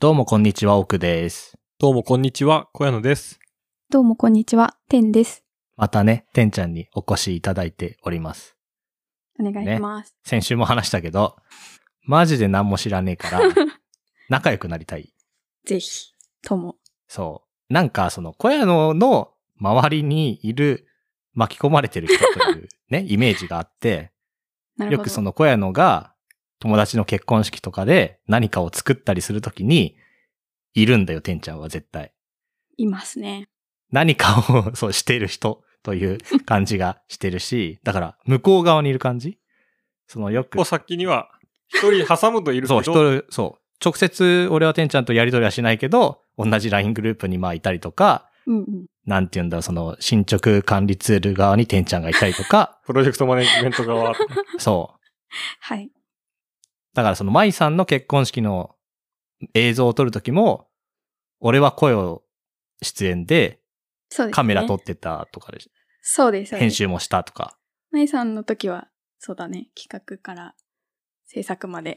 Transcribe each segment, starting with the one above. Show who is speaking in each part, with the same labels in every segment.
Speaker 1: どうもこんにちは、奥です。
Speaker 2: どうもこんにちは、小屋野です。
Speaker 3: どうもこんにちは、てんです。
Speaker 1: またね、てんちゃんにお越しいただいております。
Speaker 3: お願いします。
Speaker 1: 先週も話したけど、マジで何も知らねえから、 仲良くなりたい。
Speaker 3: ぜひ、とも。
Speaker 1: そう。なんか、その、小屋野の周りにいる、巻き込まれてる人と いうね、イメージがあって、
Speaker 3: なる
Speaker 1: よ
Speaker 3: ほど。
Speaker 1: くその小屋のが友達の結婚式とかで何かを作ったりするときにいるんだよ、てんちゃんは絶対。
Speaker 3: いますね。
Speaker 1: 何かをそうしてる人という感じがしてる し、だから向こう側にいる感じそのよく
Speaker 2: お、先には、一人挟むといるけ
Speaker 1: そう、
Speaker 2: ど、、
Speaker 1: 人、そう、直接俺はてんちゃんとやりとりはしないけど、同じ LINE グループにまあいたりとか、
Speaker 3: うんうん。
Speaker 1: なんて言うんだろう、その進捗管理ツール側にてんちゃんがいたりと か
Speaker 2: プロジェクトマネジメント側。
Speaker 1: そう、
Speaker 3: はい。
Speaker 1: だからその舞さんの結婚式の映像を撮るときも、俺は声を出演で
Speaker 3: そうです、ね。
Speaker 1: カメラ撮ってたとかで、
Speaker 3: そうです。そうです
Speaker 1: 編。集もしたとか。
Speaker 3: まいさんの時は、そうだね。企画から制作まで。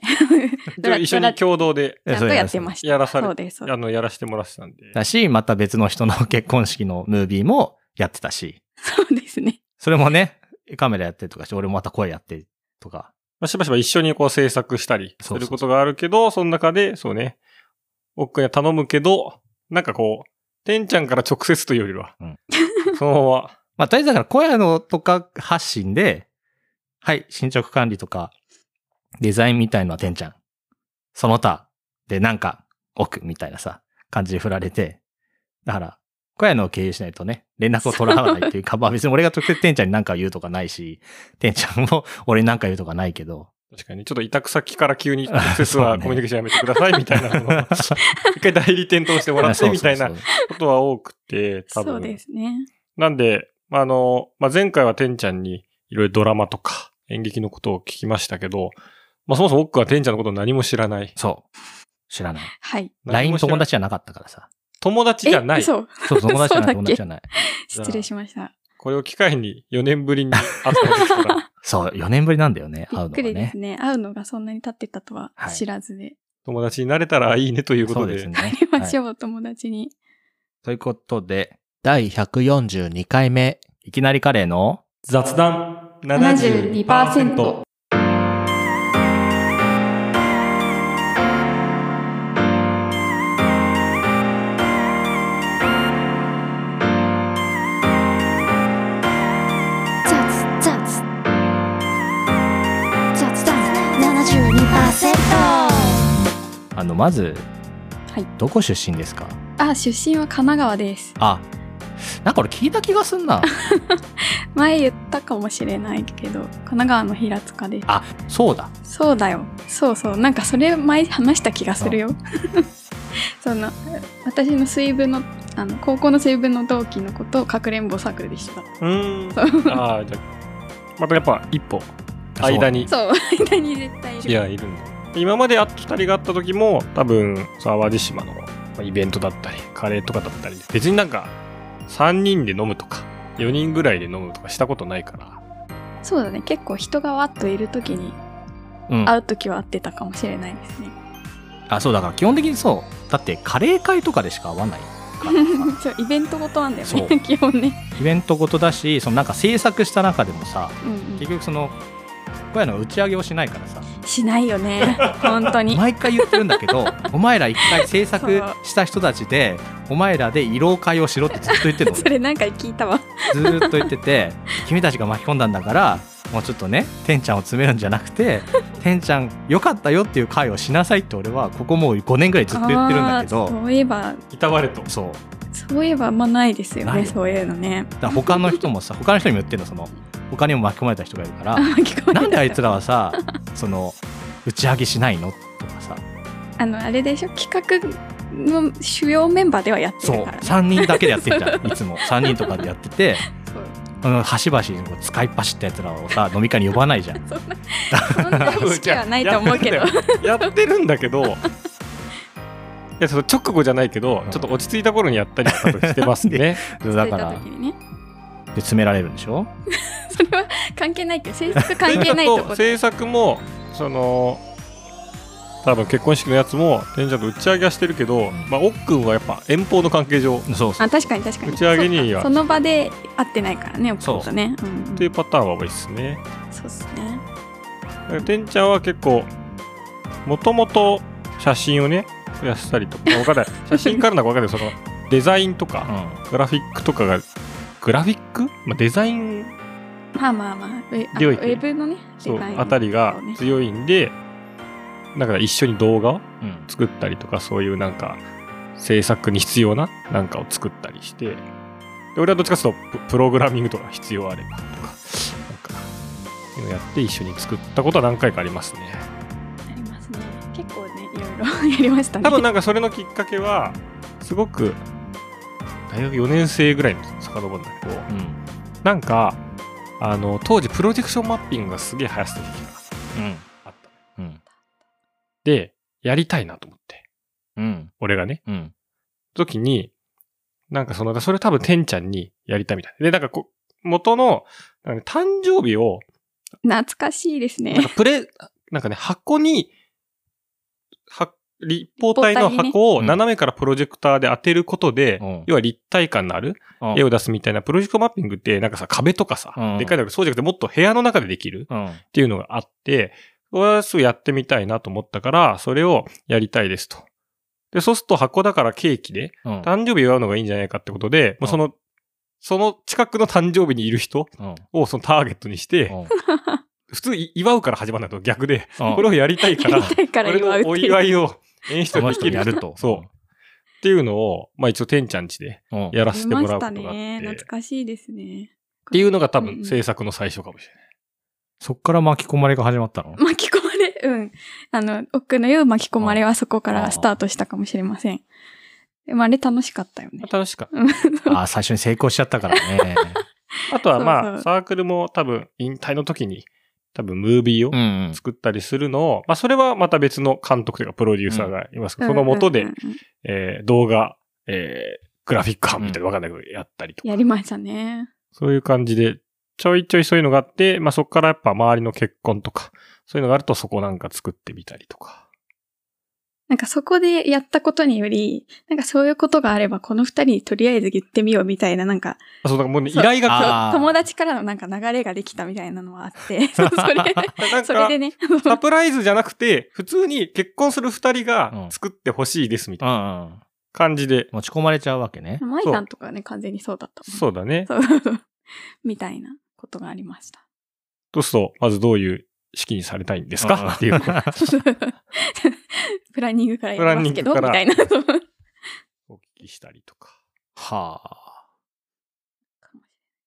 Speaker 2: じゃあ一緒に共同で、
Speaker 3: ちゃんとやってました。
Speaker 2: やらされ
Speaker 3: そうです。そうで
Speaker 2: あの、やらせてもらってたんで。
Speaker 1: だし、また別の人の結婚式のムービーもやってたし、
Speaker 3: すそうですね。
Speaker 1: それもね、カメラやってとかして、俺もまた声やってとか。
Speaker 2: まあ、しばしば一緒にこう制作したりす
Speaker 1: そうそう
Speaker 2: ることがあるけど、その中で、そうね、奥には頼むけど、なんかこう、てんちゃんから直接というよりは、
Speaker 1: うん
Speaker 2: そのまま、
Speaker 1: まあ、とりあえずだから声のとか発信で、はい、進捗管理とか、デザインみたいのはてんちゃん。その他でなんか奥みたいなさ、感じで振られて。だから、小屋のを経由しないとね、連絡を取らない っていうか、まあ別に俺が直接てんちゃんに何か言うとかないし、てんちゃんも俺に何か言うとかないけど。
Speaker 2: 確かに、ちょっと委託先から急に直接
Speaker 1: そう
Speaker 2: は
Speaker 1: ね
Speaker 2: コミュニケーションやめてくださいみたいなのを、 一回代理店通してもらって
Speaker 1: そうそうそう
Speaker 2: みたいなことは多くて、多分。
Speaker 3: そうですね。
Speaker 2: なんで、まあ、あの、まあ、前回はてんちゃんにいろいろドラマとか演劇のことを聞きましたけど、まあ、そもそも僕はてんちゃんのことを何も知らない。
Speaker 1: そう。知らない。
Speaker 3: はい。
Speaker 2: 何
Speaker 1: LINE
Speaker 2: も知ら
Speaker 1: 友達じゃなかったからさ。
Speaker 2: 友達じゃない。
Speaker 3: そう。
Speaker 1: そう、友達じゃない、友
Speaker 3: そうだっ
Speaker 1: 達
Speaker 3: け
Speaker 1: じゃない。
Speaker 3: 失礼しました。
Speaker 2: これを機会に4年ぶりに会ったんです から、
Speaker 1: そう、4年ぶりなんだよね、
Speaker 3: び
Speaker 1: 会うの
Speaker 3: っく
Speaker 1: が
Speaker 3: りで
Speaker 1: ね
Speaker 3: す。ね。会うのがそんなに経ってたとは
Speaker 1: はい
Speaker 3: 知らず で。
Speaker 2: 友達になれたらいいねというこ
Speaker 1: そ
Speaker 2: と
Speaker 1: う
Speaker 2: で。
Speaker 1: ですね。
Speaker 3: 会いま
Speaker 1: はい
Speaker 3: しょう、友達に。
Speaker 1: ということで、第142回目、いきなりカレーの、
Speaker 2: 雑談
Speaker 3: 72%。
Speaker 4: 雑雑雑談72%
Speaker 1: あの、まず、
Speaker 3: はい
Speaker 1: どこ出身ですか
Speaker 3: あ、出身は神奈川です。
Speaker 1: あ、なんか俺聞いた気がすんな。
Speaker 3: 前言ったかもしれないけど神奈川の平塚で
Speaker 1: あ、そうだ。
Speaker 3: すそうだよそうそうなんかそれ前話した気がするよ その私の水分のあの高校の水分の同期のことをかくれんぼサークルでした
Speaker 2: うーん。ああ、じゃあまたやっぱ一歩、間に
Speaker 3: そう間に絶対いる
Speaker 2: いや、いるんだ。今まであと2人が会った時も、多分、そう淡路島のまあイベントだったり、カレーとかだったり、別になんか、3人で飲むとか、4人ぐらいで飲むとかしたことないから、
Speaker 3: そうだね結構人がわっといる時に
Speaker 1: そううん。
Speaker 3: 会う時は会ってたかもしれないですね
Speaker 1: あ、そうだから基本的にそう。だってカレー会とかでしか会わないから。
Speaker 3: そうイベントごとなんだよ
Speaker 1: そう
Speaker 3: ね基本ね
Speaker 1: イベントごとだし、そのなんか制作した中でもさ、
Speaker 3: うんうん
Speaker 1: 結局その、小屋の打ち上げをしないからさ、
Speaker 3: しないよね本当に
Speaker 1: 毎回言ってるんだけ ど、お前ら一回制作した人たちで、お前らで慰労会をしろってずっと言ってるの。
Speaker 3: それ何回聞いたわ
Speaker 1: ずーっと言ってて君たちが巻き込んだんだからもうちょっとねてんちゃんを詰めるんじゃなく ててんちゃんよかったよっていう会をしなさいって俺はここもう5年ぐらいずっと言ってるんだけ
Speaker 3: あー
Speaker 1: ど
Speaker 3: そういえば
Speaker 2: いたわれと。
Speaker 1: そう
Speaker 3: そういえばあんまないですよ
Speaker 1: ないよ
Speaker 3: ね、そういうのね。
Speaker 1: だから他の人も さ他の人にも言ってるのその他にも巻き込まれた人がいるか
Speaker 3: あん
Speaker 1: ら
Speaker 3: ま聞こえ
Speaker 1: なんであいつ
Speaker 3: ら
Speaker 1: らはさその打ち上げしないのとかさ
Speaker 3: あの、あれでしょ、企画の主要メンバーではやって
Speaker 1: そう
Speaker 3: るからね。
Speaker 1: 3人だけでやってんじゃん いつも3人とかでやってて
Speaker 3: そう
Speaker 1: あの端々にこう使いっ走ったやつらをさ飲み会に呼ばないじゃん。
Speaker 3: そんな意識はないと思うけ ど。
Speaker 2: やってるんだけど、いやその直後じゃないけど、ちょっと落ち着いた頃にやったりとかしてます ね。
Speaker 1: だから
Speaker 3: 作った時にね。
Speaker 1: で詰められるんでしょ
Speaker 3: それは関係ないけど、制作関係ないと
Speaker 2: それだ
Speaker 3: こ
Speaker 2: 制作もその多分結婚式のやつも天ちゃんと打ち上げはしてるけど、まあ、奥君はやっぱ遠方の関係上っ
Speaker 1: そうそう
Speaker 3: あ確かに確かに
Speaker 2: 打ち上げには
Speaker 3: そうかその場で会ってないからねお
Speaker 1: そう
Speaker 3: とねうんうん
Speaker 2: ていうパターンは多いですね
Speaker 3: そうですね
Speaker 2: だから天ちゃんは結構もともと写真をね増やしたりとか 分かんない写真からなんか分かんないそのデザインと
Speaker 1: う
Speaker 2: か
Speaker 1: ん
Speaker 2: グラフィックとかがグラフィック、まあ、デザイン
Speaker 3: まあまあまあウェあの
Speaker 2: 領
Speaker 3: ウ
Speaker 2: 域
Speaker 3: ェブのね
Speaker 2: そう
Speaker 3: 世界
Speaker 2: あたりが
Speaker 3: そうね
Speaker 2: 強いんでだから一緒に動画を
Speaker 1: うん
Speaker 2: 作ったりとかそういうなんか制作に必要ななんかを作ったりしてで俺はどっちかというとププログラミングとか必要あればとかなんかそういうのやって一緒に作ったことは何回かありますね
Speaker 3: ありますね結構ねいろいろ やりましたね
Speaker 2: 多分なんかそれのきっかけはすごく大学4年生ぐらいの遡るんだけど
Speaker 1: うん
Speaker 2: なんかあの当時プロジェクションマッピングがすげえ流行ってた時が
Speaker 1: うん
Speaker 2: あった
Speaker 1: うん
Speaker 2: でやりたいなと思って
Speaker 1: うん
Speaker 2: 俺がね
Speaker 1: うん
Speaker 2: 時に、なんかその、それ多分てんちゃんにやりたいみたい。で、なんかこう、元の、なんかね誕生日を、
Speaker 3: 懐かしいです
Speaker 2: なん
Speaker 3: ね
Speaker 2: かプレ、 なんかね、箱に、は、立方体
Speaker 3: 立
Speaker 2: の
Speaker 3: 方体にね
Speaker 2: 箱を
Speaker 1: うん
Speaker 2: 斜めからプロジェクターで当てることで、
Speaker 1: うん
Speaker 2: 要は立体感のある
Speaker 1: うん
Speaker 2: 絵を出すみたいなプロジェクトマッピングって、なんかさ、壁とかさ、
Speaker 1: うん
Speaker 2: でかいだけそうじゃなくてもっと部屋の中でできる
Speaker 1: うん
Speaker 2: っていうのがあって、これはすぐやってみたいなと思ったから、それをやりたいですと。で、そうすると箱だからケーキで、
Speaker 1: うん
Speaker 2: 誕生日祝うのがいいんじゃないかってことで、もうその、その近くの誕生日にいる人
Speaker 1: うん
Speaker 2: をそのターゲットにして、普通い祝うから始まるんだと逆で、これをやりたいか
Speaker 3: やり
Speaker 2: ら、
Speaker 3: たいから
Speaker 2: 俺
Speaker 3: 今打っ
Speaker 2: のお
Speaker 3: て
Speaker 2: 祝
Speaker 3: る
Speaker 2: いを演
Speaker 1: そ
Speaker 2: 出
Speaker 1: の
Speaker 2: で
Speaker 1: 人
Speaker 2: き
Speaker 1: に
Speaker 2: る
Speaker 1: やると。
Speaker 2: そう。っていうのを、まあ一応天ちゃんちで
Speaker 1: うん。
Speaker 2: やら
Speaker 3: や
Speaker 2: せ
Speaker 3: り
Speaker 2: て
Speaker 3: ま
Speaker 2: もら
Speaker 3: し
Speaker 2: うこ
Speaker 3: た
Speaker 2: とがあって、
Speaker 3: ね懐
Speaker 2: っ
Speaker 3: かしいですね
Speaker 2: ていうのが多
Speaker 3: うんう
Speaker 2: 分
Speaker 3: ん
Speaker 2: 制作の最初かもしれない。
Speaker 1: そっから巻き込まれが始まった の
Speaker 3: 巻き込まれ、うん。あの、奥の言う巻き込まれはそこか
Speaker 1: ああ
Speaker 3: らスタートしたかもしれません。でもあれ楽しかったよね
Speaker 2: ま。あ楽しかった。
Speaker 1: ああ、最初に成功しちゃったから ね。
Speaker 2: あとは
Speaker 3: そう
Speaker 2: ま
Speaker 3: そ
Speaker 2: あ
Speaker 3: う
Speaker 2: サークルも多分引退の時に多分ムービーを
Speaker 1: うんうん。
Speaker 2: 作ったりするのを、まあそれはまた別の監督というかプロデューサーがいますけど、その元で
Speaker 3: うんうんうん
Speaker 2: えー動画、えーグラフィック班みたいなわかんないけど、やったりとか、
Speaker 3: やりましたね。
Speaker 2: そういう感じで、ちょいちょいそういうのがあって、まあ、そこからやっぱ周りの結婚とか、そういうのがあるとそこなんか作ってみたりとか。
Speaker 3: なんかそこでやったことにより、なんかそういうことがあればこの二人にとりあえず言ってみようみたいな、なんか、
Speaker 2: あそう、だからもうね、依
Speaker 3: そう
Speaker 2: 頼が来
Speaker 1: あー
Speaker 3: 友達からのなんか流れができたみたいなのはあ って、そうそ
Speaker 2: た。なん
Speaker 3: れ、それ
Speaker 2: か
Speaker 3: で、ね、
Speaker 2: サプライズじゃなくて、普通に結婚する二人
Speaker 1: う
Speaker 2: が
Speaker 1: ん
Speaker 2: 作ってほしいですみた
Speaker 1: う
Speaker 2: いなん
Speaker 1: うん。
Speaker 2: 感じで、
Speaker 1: 持ち込まれちゃうわけね。
Speaker 3: 舞さんとかね、完全にそうだったもんね
Speaker 2: そうだね。
Speaker 3: そうそう。 みたいなことがありました。
Speaker 2: そうすると、まずどういう式にされたいんです
Speaker 1: うん
Speaker 2: かっていう。
Speaker 3: プランニングからやりますけど、
Speaker 2: プ
Speaker 3: み
Speaker 2: ラ
Speaker 3: た
Speaker 2: ン
Speaker 3: い
Speaker 2: ニン
Speaker 3: な。
Speaker 2: グか
Speaker 3: そう
Speaker 2: お聞きしたりとか。
Speaker 1: は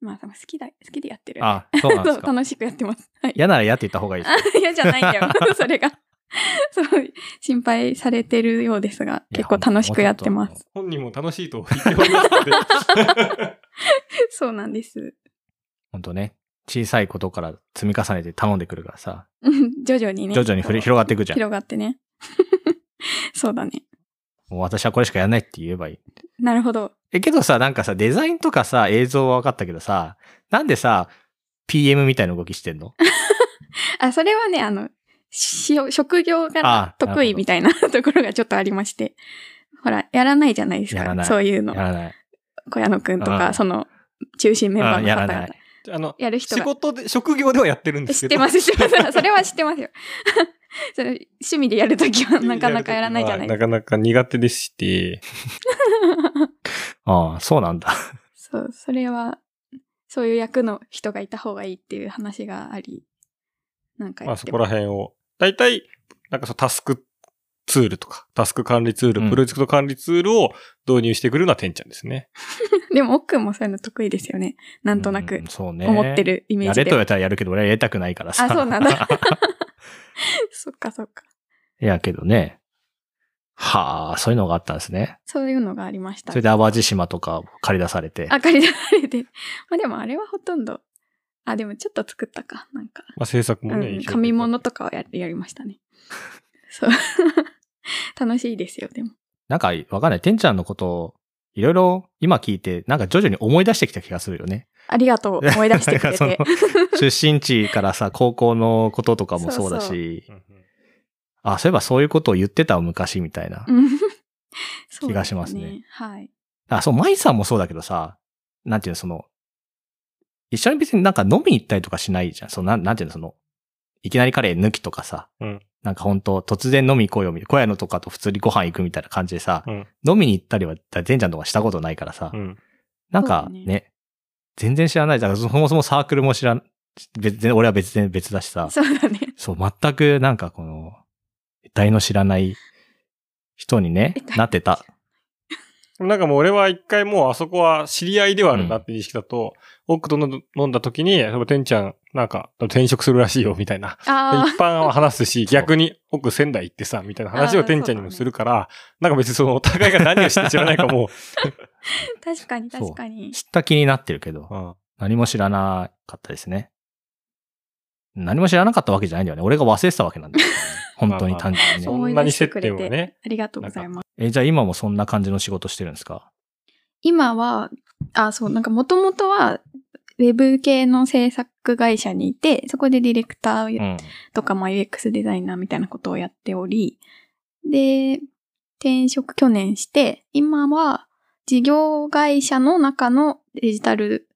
Speaker 3: まあ、でも好きだ、好きでやってる。
Speaker 1: あ。あ、そうなんで
Speaker 3: そ
Speaker 1: す
Speaker 3: う、
Speaker 1: か。
Speaker 3: 楽しくやってます。はい。
Speaker 1: 嫌なら嫌って言った方がいいです。
Speaker 3: あ嫌じゃないんだ よ、 それが。そう、心配されてるようですが、結構楽しくやってます。。
Speaker 2: 本人も楽しいと言っておりますので。
Speaker 3: そうなんです。
Speaker 1: 本当ね。小さいことから積み重ねて頼んでくるからさ、
Speaker 3: うん徐々にね。
Speaker 1: 徐々にふれ広がっていくじゃん。
Speaker 3: 広がってね。 そうだね。
Speaker 1: もう私はこれしかやらないって言えばいい。
Speaker 3: なるほど。
Speaker 1: え、けどさ、なんかさ、デザインとかさ、映像は分かったけどさ、なんでさ、PM みたいな動きしてん の
Speaker 3: あ、それはね、あの、し職業
Speaker 1: あ
Speaker 3: が得意みたいなところがちょっとありまして。ほら、やらないじゃないです
Speaker 1: やら
Speaker 3: か。
Speaker 1: ない
Speaker 3: そういうの
Speaker 1: や。らない。
Speaker 3: 小屋野くんとか、
Speaker 1: うん
Speaker 3: その、中心メンバー
Speaker 1: うん
Speaker 3: の
Speaker 1: やら
Speaker 3: 方々。
Speaker 1: な
Speaker 3: や
Speaker 1: い。
Speaker 2: あの、
Speaker 3: る人
Speaker 2: 仕
Speaker 3: が。
Speaker 2: 事で、職業ではやってるんで
Speaker 3: 知
Speaker 2: すけ
Speaker 3: っ
Speaker 2: ど。
Speaker 3: てます、知ってます。 それは知ってますよ。それ趣味でやるとき はなかなかやらないじゃないで
Speaker 2: な
Speaker 3: すか。
Speaker 2: かなか苦手でして、
Speaker 1: ああ、そうなんだ。
Speaker 3: そう、それは、そういう役の人がいた方がいいっていう話があり、なんか
Speaker 2: ま
Speaker 3: や
Speaker 2: あ
Speaker 3: っ
Speaker 2: そ
Speaker 3: て
Speaker 2: こ
Speaker 3: ます
Speaker 2: ら辺を、大体、なんかそのタスクツールとか、タスク管理ツール、
Speaker 1: うん
Speaker 2: プロジェクト管理ツールを導入してくるのはてんちゃんですね。
Speaker 3: でも、奥もそういうの得意ですよね。 なんとな
Speaker 1: う
Speaker 3: く
Speaker 1: ん、そうね。
Speaker 3: 思ってるイメー
Speaker 1: や
Speaker 3: ジ
Speaker 1: れと
Speaker 3: で。
Speaker 1: 言われたらやるけど、俺はやりたくないからさ。
Speaker 3: あ、そうなんだ。そっかそっか。
Speaker 1: いやけどね。はあ、そういうのがあったんですね。
Speaker 3: そういうのがありました
Speaker 1: それ。で淡路島とか借り出されて。
Speaker 3: あ、借り出されて。まあでもあれはほとんど、あ、でもちょっと作ったか。なんか。
Speaker 2: まあ制作もね、
Speaker 3: うん、
Speaker 2: 一緒に
Speaker 3: 紙物とかをややりまし たね。そう。 楽しいですよ、でも。
Speaker 1: なんかわかんない。てんちゃんのことを、いろいろ今聞いて、なんか徐々に思い出してきた気がするよ ね。
Speaker 3: ありがとう、思い出して く
Speaker 1: なんか
Speaker 3: れ
Speaker 1: その
Speaker 3: て。
Speaker 1: 出身地からさ、高校のこととかもそうだ
Speaker 3: そう
Speaker 1: し
Speaker 2: う、んうん
Speaker 1: あ、そういえばそういうことを言ってた昔みたいな。
Speaker 3: うんそう
Speaker 1: 気がしますね
Speaker 3: ですはい。
Speaker 1: あ、そう、舞さんもそうだけどさ、なんていうの、その、一緒に別になんか飲みに行ったりとかしないじゃん。そのなん、なんていうの、その、いきなりカレー抜きとかさ、
Speaker 2: うん
Speaker 1: なんかほんと、突然飲み行こうよ、みたいな。小屋のとかと普通にご飯行くみたいな感じでさ、
Speaker 2: うん
Speaker 1: 飲みに行ったりは、全ちゃんとかしたことないからさ、
Speaker 2: うん。
Speaker 1: なんか
Speaker 3: そうだ
Speaker 1: ね
Speaker 3: ね
Speaker 1: 全然知らない。だからそもそもサークルも知らん、別全然俺は別然別だしさ、
Speaker 3: そうだね。
Speaker 1: そう、全くなんかこの、得体の知らない人にね
Speaker 3: 得体の知らな、い
Speaker 1: なってた。
Speaker 2: なんかもう俺は一回もうあそこは知り合いではあるなって認識だと、奥との飲んだ時に、てんちゃん、なんか転職するらしいよみたいな
Speaker 3: ああ、
Speaker 2: 一般は話す し、逆に奥仙台行ってさ、みたいな話
Speaker 3: あ
Speaker 2: を
Speaker 3: ー
Speaker 2: てんちゃんにもするから、なんか別にそのお互いが何をして知らない かも、
Speaker 3: 確かに
Speaker 1: そう
Speaker 3: 確かに。
Speaker 1: 知った気になってるけ
Speaker 2: う
Speaker 1: ど、
Speaker 2: ん
Speaker 1: 何も知らなかったですね。何も知らなかったわけじゃないんだよね。俺が忘れてたわけ なんだよ、ね。本当に単純に
Speaker 3: まあ
Speaker 1: ね。
Speaker 3: ま
Speaker 2: そんなに接点を
Speaker 3: 思い出してくれ
Speaker 2: ね。
Speaker 3: ありがとうございます。
Speaker 1: え、じゃあ今もそんな感じの仕事してるんですか
Speaker 3: 今は、あそう、なんかもともとは、ウェブ系の制作会社にいて、そこでディレクターを
Speaker 1: うん。
Speaker 3: とか、まあ、UX デザイナーみたいなことをやっており、で、転職去年して、今は事業会社の中のデジタル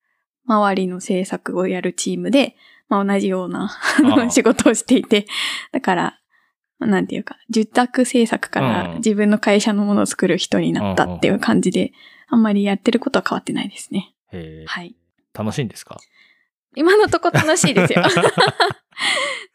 Speaker 3: 周りの制作をやるチームで、まあ、同じようなあの
Speaker 1: ああ
Speaker 3: 仕事をしていて、だから、まあなんていうか、受託制作か
Speaker 1: うん
Speaker 3: ら自分の会社のものを作る人になったっていう感じで、あんまりやってることは変わってないですね。
Speaker 1: へえ
Speaker 3: はい。
Speaker 1: 楽しいんですか
Speaker 3: 今のとこ楽しいですよ。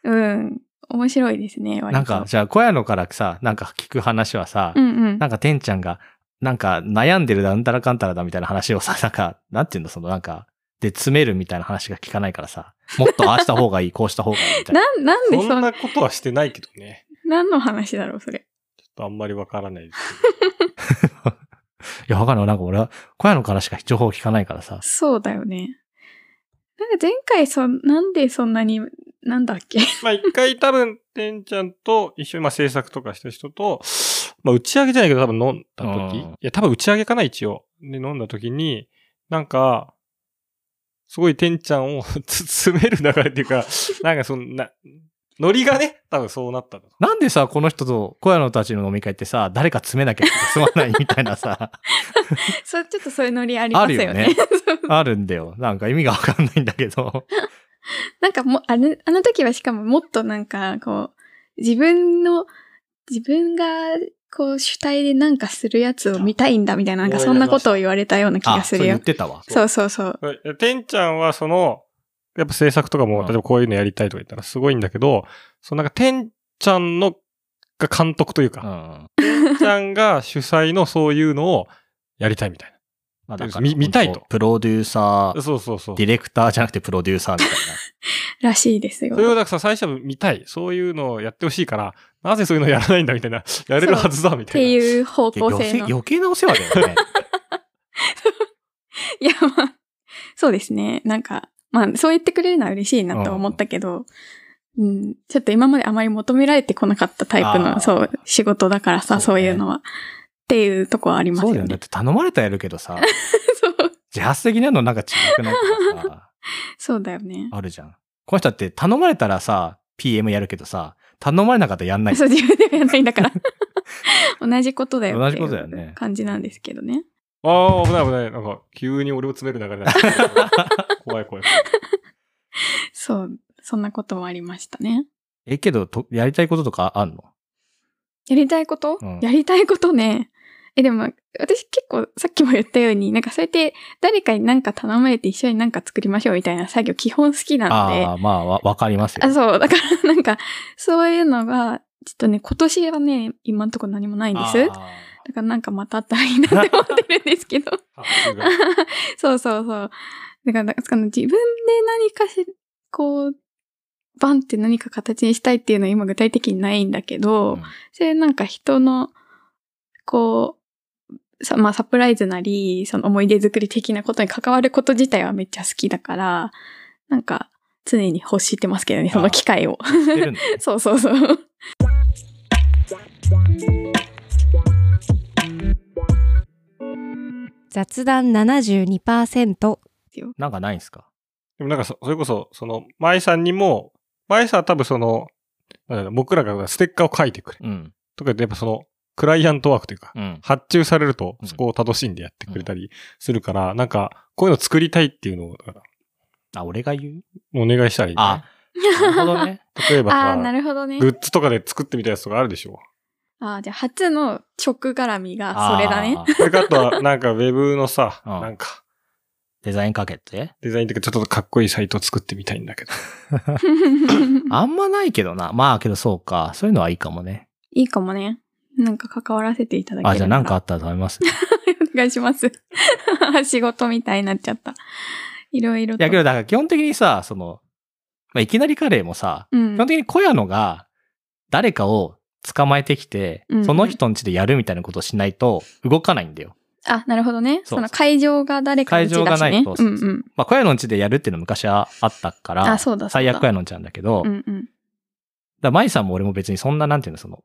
Speaker 3: うん。面白いですね、割 と
Speaker 1: なんか、じゃあ小屋のからさ、なんか聞く話はさ、
Speaker 3: うんうん。
Speaker 1: なんかてんちゃんが、なんか悩んでるだなんたらかんたらだみたいな話 をさ、なんか、なんていうの、そのなんか、で、詰めるみたいな話が聞かないからさ、もっとああした方がいい、こうした方がいいみたいな。
Speaker 3: なん、なんで
Speaker 2: そ
Speaker 3: そん
Speaker 2: ん
Speaker 3: な、
Speaker 2: なことはしてないけどね。
Speaker 3: 何の話だろう、それ。
Speaker 2: ちょっとあんまりわからないです
Speaker 1: いや、わかんない。なんか俺は、小屋のからしか情報を聞かないからさ。
Speaker 3: そうだよね。なんか前回そん、なんでそんなに、なんだっけ
Speaker 2: けど。まあ一回多分、てんちゃんと一緒にまあ制作とかした人と、まあ打ち上げじゃないけど多分飲んだ
Speaker 1: うん
Speaker 2: 時、いや多分打ち上げかな一応。で飲んだ時に、なんか、すごいてんちゃんを 詰める流れっていうか、なんかそんな、ノリがね、多分そうなったんだと
Speaker 1: なんでさ、この人と小屋のたちの飲み会ってさ、誰か詰めなきゃ済まないみたいな さ、
Speaker 3: そう、ちょっとそういうノリありますよね。
Speaker 1: あるよね
Speaker 3: そう
Speaker 1: あるんだよ。なんか意味がわかんないんだけど。
Speaker 3: なんかもう、あれ、あの時はしかももっとなんか、こう、自分の、自分が、こう、主体でなんかするやつを見たいんだみたいな、なんかそんなことを言われたような気が
Speaker 1: あ、そ
Speaker 3: す
Speaker 1: れ
Speaker 3: る
Speaker 1: 言っ
Speaker 3: よ。
Speaker 1: てたわ。
Speaker 3: そうそうそう。
Speaker 2: てんちゃんはその、やっぱ制作とか
Speaker 1: うん
Speaker 2: も、例えばこういうのやりたいとか言ったらすごいんだけど、そのなんかてんちゃんの、が監督という
Speaker 1: うんう
Speaker 2: か、
Speaker 1: ん。
Speaker 2: てんちゃんが主催のそういうのをやりたいみたい
Speaker 1: まあ
Speaker 2: み見たいと
Speaker 1: プロデューサ
Speaker 2: な。
Speaker 1: ー、
Speaker 2: そうそうそう。
Speaker 1: ディレクターじゃなくてプロデューサーみたいな。
Speaker 3: らしいですよ。
Speaker 2: それをだからさ、最初は見たい。そういうのをやってほしいから、なぜそういうのやらないんだみたいな。 やれるはずだみ
Speaker 3: った
Speaker 2: いな。
Speaker 3: ていう方向
Speaker 1: 余
Speaker 3: 性
Speaker 1: 計
Speaker 3: の。
Speaker 1: 余計なお世話だよね。
Speaker 3: いや、まあ、そうですね。なんか、まあ、そう言ってくれるのは嬉しいなとは思ったけど、うん、ちょっと今まであまり求められてこなかったタイプ
Speaker 1: あー
Speaker 3: の、そう、仕事だからさ、
Speaker 1: そ
Speaker 3: そうう,、
Speaker 1: ね
Speaker 3: いうのは。っていうとこはあります
Speaker 1: そうだ
Speaker 3: よ
Speaker 1: よね。だっ
Speaker 3: ね。
Speaker 1: て頼まれたらやるけど さ、
Speaker 3: そうそう
Speaker 1: 自発的なのなんか違くないとかさ、
Speaker 3: だよね。
Speaker 1: あるじゃん。この人だって頼まれたらさ、PM やるけどさ、頼まれなかったらやんない。
Speaker 3: そう、自分ではやんないん だから。同じことだよっていう
Speaker 1: 同じことだよね
Speaker 3: 感じなんですけどね。
Speaker 2: ああ、危ない危ない。なんか、急に俺を詰める流れだ。 怖い怖い怖い。
Speaker 3: そう、そんなこともありましたね。
Speaker 1: え、けどと、やりたいこととかあんの
Speaker 3: やりたいこと、
Speaker 1: うん
Speaker 3: やりたいことね。え、でも、私結構さっきも言ったように、なんかそうやって誰かに何か頼まれて一緒に何か作りましょうみたいな作業基本好きなので、
Speaker 1: ああ、まあ、わ、わかりますよ。
Speaker 3: あそう、だから なんかそういうのが、ちょっとね、今年はね、今んとこ何もないんです。だ
Speaker 1: あ
Speaker 3: からなんかまたあったらいいなって思ってるんです けど。
Speaker 2: あすごい
Speaker 3: そうそうそう。だから、その自分で何かし、こう、バンって何か形にしたいっていうのは今具体的にないんだけど、
Speaker 1: うん
Speaker 3: それなんか人の、こう、さまあサプライズなり、その思い出作り的なことに関わること自体はめっちゃ好きだから、なんか常に欲してますけどね、その機会 を。
Speaker 1: ー知ってるんだね
Speaker 3: そうそうそう。
Speaker 5: 雑談72%
Speaker 1: なんかないんすか
Speaker 2: でもなんかそ、それこそ、その、舞さんにも、舞さんは多分その、なんだろう僕らがステッカーを書いてくれ。
Speaker 1: うん。
Speaker 2: とか、やっぱその、クライアントワークというか、
Speaker 1: うん。
Speaker 2: 発注されると
Speaker 1: う、ん
Speaker 2: そこを楽しんでやってくれたりするから、なんか、こういうの作りたいっていうのを、だから
Speaker 1: あ、俺が言う
Speaker 2: お願いしたらいい、ね。
Speaker 1: あ、なるほど ね。
Speaker 2: 例えば
Speaker 3: ああ、
Speaker 2: さ、
Speaker 3: なるほどね
Speaker 2: グ。ッズとかで作ってみたやつとかあるでしょ。
Speaker 3: ああ、じゃあ初の直絡みがそれだね
Speaker 1: あ。ー。
Speaker 2: それかあと は、なんかウェブのさ、
Speaker 1: うん
Speaker 2: なんか、
Speaker 1: デザインかけて。
Speaker 2: デザインというかちょっとかっこいいサイトを作ってみたいんだけど。
Speaker 1: あんまないけどな。まあけどそうか。そういうのはいいかもね。
Speaker 3: いいかもね。なんか関わらせていただける
Speaker 1: あ、じゃあなんかあ
Speaker 3: ら。
Speaker 1: ったら食べます。
Speaker 3: お願いします。 仕事みたいになっちゃった。いろいろ
Speaker 1: い
Speaker 3: と。
Speaker 1: やけど、だから基本的にさ、その、まあ、いきなりカレーもさ、
Speaker 3: うん
Speaker 1: 基本。的に小屋のが、誰かを捕まえてきて
Speaker 3: うんう、ん
Speaker 1: その人ん家でやるみたいなことをしないと動かないんだよ。
Speaker 3: あ、なるほどね。
Speaker 1: そ
Speaker 3: そうの会場が誰かうちだし、
Speaker 1: 会
Speaker 3: ね、
Speaker 1: 場がないと
Speaker 3: う
Speaker 1: そうん
Speaker 3: うん。
Speaker 1: まあ小屋の家でやるっていうの昔はあったから、
Speaker 3: あそうだそうだ
Speaker 1: 最悪小屋の家なんだけど、
Speaker 3: う
Speaker 1: だか
Speaker 3: んうん。
Speaker 1: ら舞さんも俺も別にそんな、なんていうの、その、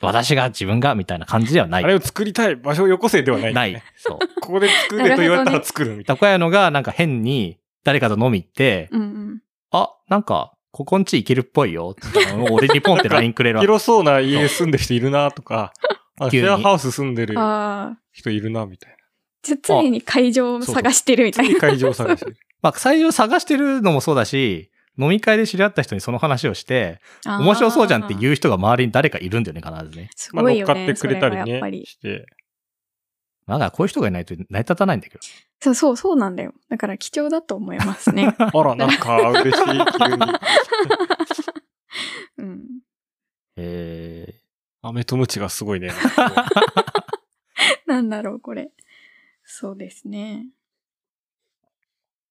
Speaker 1: 私が自分がみたいな感じではな
Speaker 2: あれ
Speaker 1: い。
Speaker 2: を作りたい場所をよこせではない、
Speaker 1: ない。。そう。
Speaker 2: ここで作れと言われたら作るみた
Speaker 1: だ
Speaker 2: い
Speaker 1: から小屋のがなんか変に誰かと飲み行って、
Speaker 3: うんうん。
Speaker 1: あ、なんか、ここん家行けるっぽいよって言ったのを俺にポンって LINE くれる
Speaker 2: な。
Speaker 1: わけ
Speaker 2: 広そうな家住んでる人いるなと か、あシ
Speaker 1: 急に
Speaker 2: ェアハウス住んでる
Speaker 3: ああ。
Speaker 2: 人いるなみたい
Speaker 3: じゃあ常に会場を探してるみた
Speaker 2: な。
Speaker 3: い
Speaker 2: 次
Speaker 3: な。
Speaker 2: 会場探 してる。
Speaker 1: まあ、最初探してるのもそうだし、飲み会で知り合った人にその話をして、
Speaker 3: あー
Speaker 1: 面白そうじゃんって言う人が周りに誰かいるんだよね、必ずね。
Speaker 3: す
Speaker 2: まあ
Speaker 3: ごい
Speaker 2: 乗っ
Speaker 3: よ
Speaker 2: か
Speaker 3: ね。
Speaker 2: ってくれたり
Speaker 3: それはやっぱ
Speaker 2: ね
Speaker 3: り。
Speaker 2: して。
Speaker 1: まあだからこういう人がいないと成り立たないんだけど。
Speaker 3: そうそう、そうなんだよ。だから貴重だと思いますね。
Speaker 2: あら、なんか嬉しい。急 に。
Speaker 3: うん。
Speaker 1: えー、
Speaker 2: 飴とムチがすごいね。
Speaker 3: なんだろう、これ。そうですね。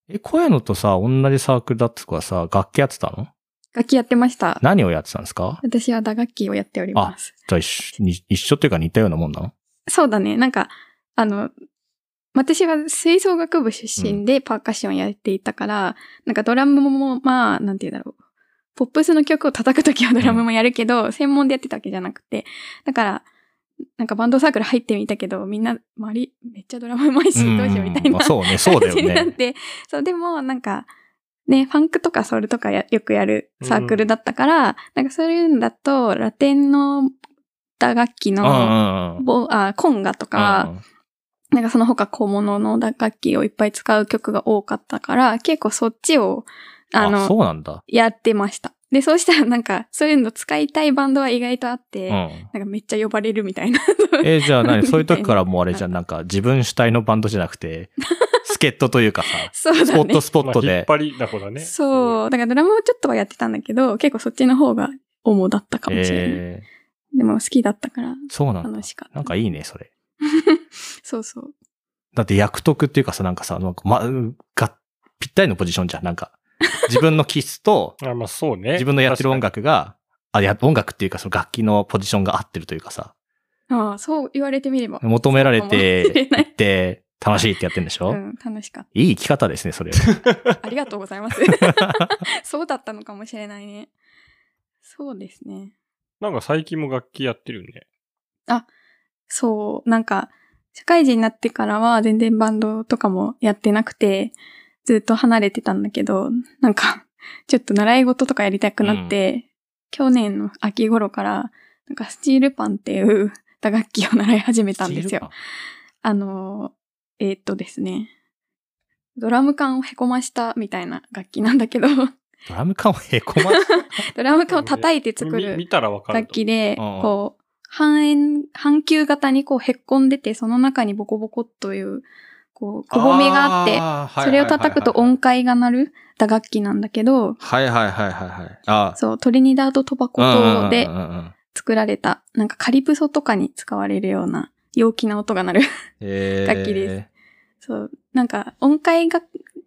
Speaker 1: え、小屋野とさ、同じサークルだった子はさ、楽器やってたの
Speaker 3: 楽器やってました。
Speaker 1: 何をやってたんですか
Speaker 3: 私は打楽器をやっております。
Speaker 1: じゃあ一緒に一緒っていうか似たようなもんなの
Speaker 3: そうだね。なんか、あの、私は吹奏楽部出身でパーカッションやっていたから、なんかドラムも、まあ、なんて言うんだろう。ポップスの曲を叩くときはドラムもやるけど、専門でやってたわけじゃなくて。だから、なんかバンドサークル入ってみたけど、みんな、周り、めっちゃドラムうまいし、どうしようみたい
Speaker 1: ん
Speaker 3: な
Speaker 1: まあそう ね、そうだよ
Speaker 3: 感じになっ
Speaker 1: ね。
Speaker 3: て、そう、でもなんか、ね、ファンクとかソウルとかやよくやるサークルだったから、なんかそういうんだと、ラテンの打楽器
Speaker 1: うんう
Speaker 3: の、
Speaker 1: んうん。
Speaker 3: ボあコンガと
Speaker 1: う
Speaker 3: か、
Speaker 1: んうん
Speaker 3: なんかその他小物の打楽器をいっぱい使う曲が多かったから、結構そっちを、あ
Speaker 1: あ、
Speaker 3: の、
Speaker 1: そうなんだ。
Speaker 3: やってました。で、そうしたらなんか、そういうの使いたいバンドは意外とあって、
Speaker 1: うん。
Speaker 3: なんかめっちゃ呼ばれるみたいな。
Speaker 1: えーじゃあ何そういう時からもうあれじゃん、なんか自分主体のバンドじゃなくて、助っ人というかさ、
Speaker 3: そう
Speaker 1: スポ
Speaker 3: だ
Speaker 1: ッ
Speaker 3: ね
Speaker 1: ト。スポットで。
Speaker 2: まあ引っ張りだこだね。
Speaker 3: そう。だからドラムをちょっとはやってたんだけど、結構そっちの方が主だったかもしれない。
Speaker 1: え
Speaker 3: でも好きだったから
Speaker 1: ー、そうなんだ。
Speaker 3: 楽しかった。
Speaker 1: なんかいいね、それ。
Speaker 3: そうそう。
Speaker 1: だって役得っていうかさ、なんかさ、なんかま、が、ぴったりのポジションじゃん。なんか、自分の気質 と、
Speaker 2: あまあそうね。
Speaker 1: 自分のやってる音
Speaker 2: 楽。
Speaker 1: 楽が、あ、や、音楽っていうかその楽器のポジションが合ってるというかさ、
Speaker 3: ああ、そう言われてみれば。
Speaker 1: 求められ
Speaker 3: そうかもしれ
Speaker 1: て
Speaker 3: ない
Speaker 1: いって、楽しいってやってるんでしょ、
Speaker 3: うん、楽しかっ
Speaker 1: いい生き方ですね、それ。
Speaker 3: た。ありがとうございます。そうだったのかもしれないね。そうですね。
Speaker 2: なんか最近も楽器やってるよね。
Speaker 3: そう、なんか、社会人になってからは全然バンドとかもやってなくて、ずっと離れてたんだけど、なんか、ちょっと習い事とかやりたくなって、去年の秋頃から、なんかスチールパンっていう打楽器を習い始めたんですよ。あの、えーっとですね、ドラム缶をへこましたみたいな楽器なんだけど、
Speaker 1: ドラム缶をへこ まし
Speaker 3: ドラム缶を叩いて作
Speaker 2: み
Speaker 3: る
Speaker 2: 見たらわかる。
Speaker 3: 楽器で、
Speaker 1: うん
Speaker 3: こう、半円、半球型にこうへっこんでて、その中にボコボコという、こう、くぼみがあって、
Speaker 1: って
Speaker 3: それを叩くと音階が鳴る打楽器なんだけど、
Speaker 1: はいはいはいはいはい。あ
Speaker 3: そう、トリニダード・トバコ
Speaker 1: あ。
Speaker 3: 島で
Speaker 1: うんうんうんうんうん
Speaker 3: 作られた、なんかカリプソとかに使われるような陽気な音が鳴る
Speaker 1: えー
Speaker 3: 楽器ですそう、なんか音階が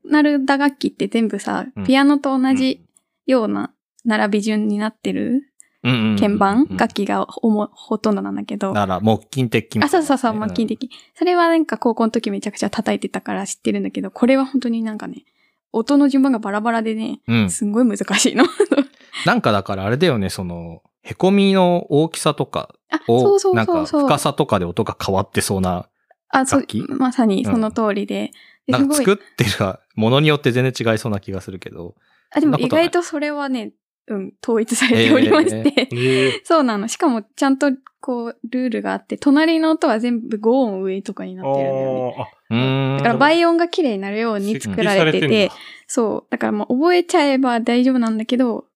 Speaker 3: 鳴る打楽器って全部さ
Speaker 1: うん、
Speaker 3: ピアノと同じような並び順になってる
Speaker 1: うんうんうんうん
Speaker 3: 鍵盤楽器がおもほとんどなんだけど。
Speaker 1: なら、木琴的
Speaker 3: あ、そうそうそう、まあ、金
Speaker 1: 的。
Speaker 3: 的。それはなんか高校の時めちゃくちゃ叩いてたから知ってるんだけど、これは本当になんかね、音の順番がバラバラでね、
Speaker 1: うん。
Speaker 3: すんごい難しいの。
Speaker 1: なんかだからあれだよね、その、へこみの大きさとか
Speaker 3: あ、そ
Speaker 1: を
Speaker 3: う、そう
Speaker 1: なん
Speaker 3: そ
Speaker 1: か
Speaker 3: うそう。
Speaker 1: 深さとかで音が変わってそうな、
Speaker 3: あ、そう
Speaker 1: 楽器、
Speaker 3: まさにその通りで。で
Speaker 1: なんか
Speaker 3: すご
Speaker 1: 作
Speaker 3: い
Speaker 1: ってるものによって全然違いそうな気がするけど、
Speaker 3: あ、でも
Speaker 1: そんなこ
Speaker 3: 意
Speaker 1: とない
Speaker 3: 外とそれはね、うん、統一されておりまして、
Speaker 2: ええ
Speaker 3: そうなの。しかも、ちゃんと、こう、ルールがあって、隣の音は全部5音上とかにな
Speaker 2: あ
Speaker 3: ってるんだよね。
Speaker 2: ーあ
Speaker 1: うーん。
Speaker 3: だから倍音が綺麗になるように作られて
Speaker 2: 設計されて
Speaker 3: て、
Speaker 2: んだ
Speaker 3: そう。だからまあ覚えちゃえば大丈夫なんだけど、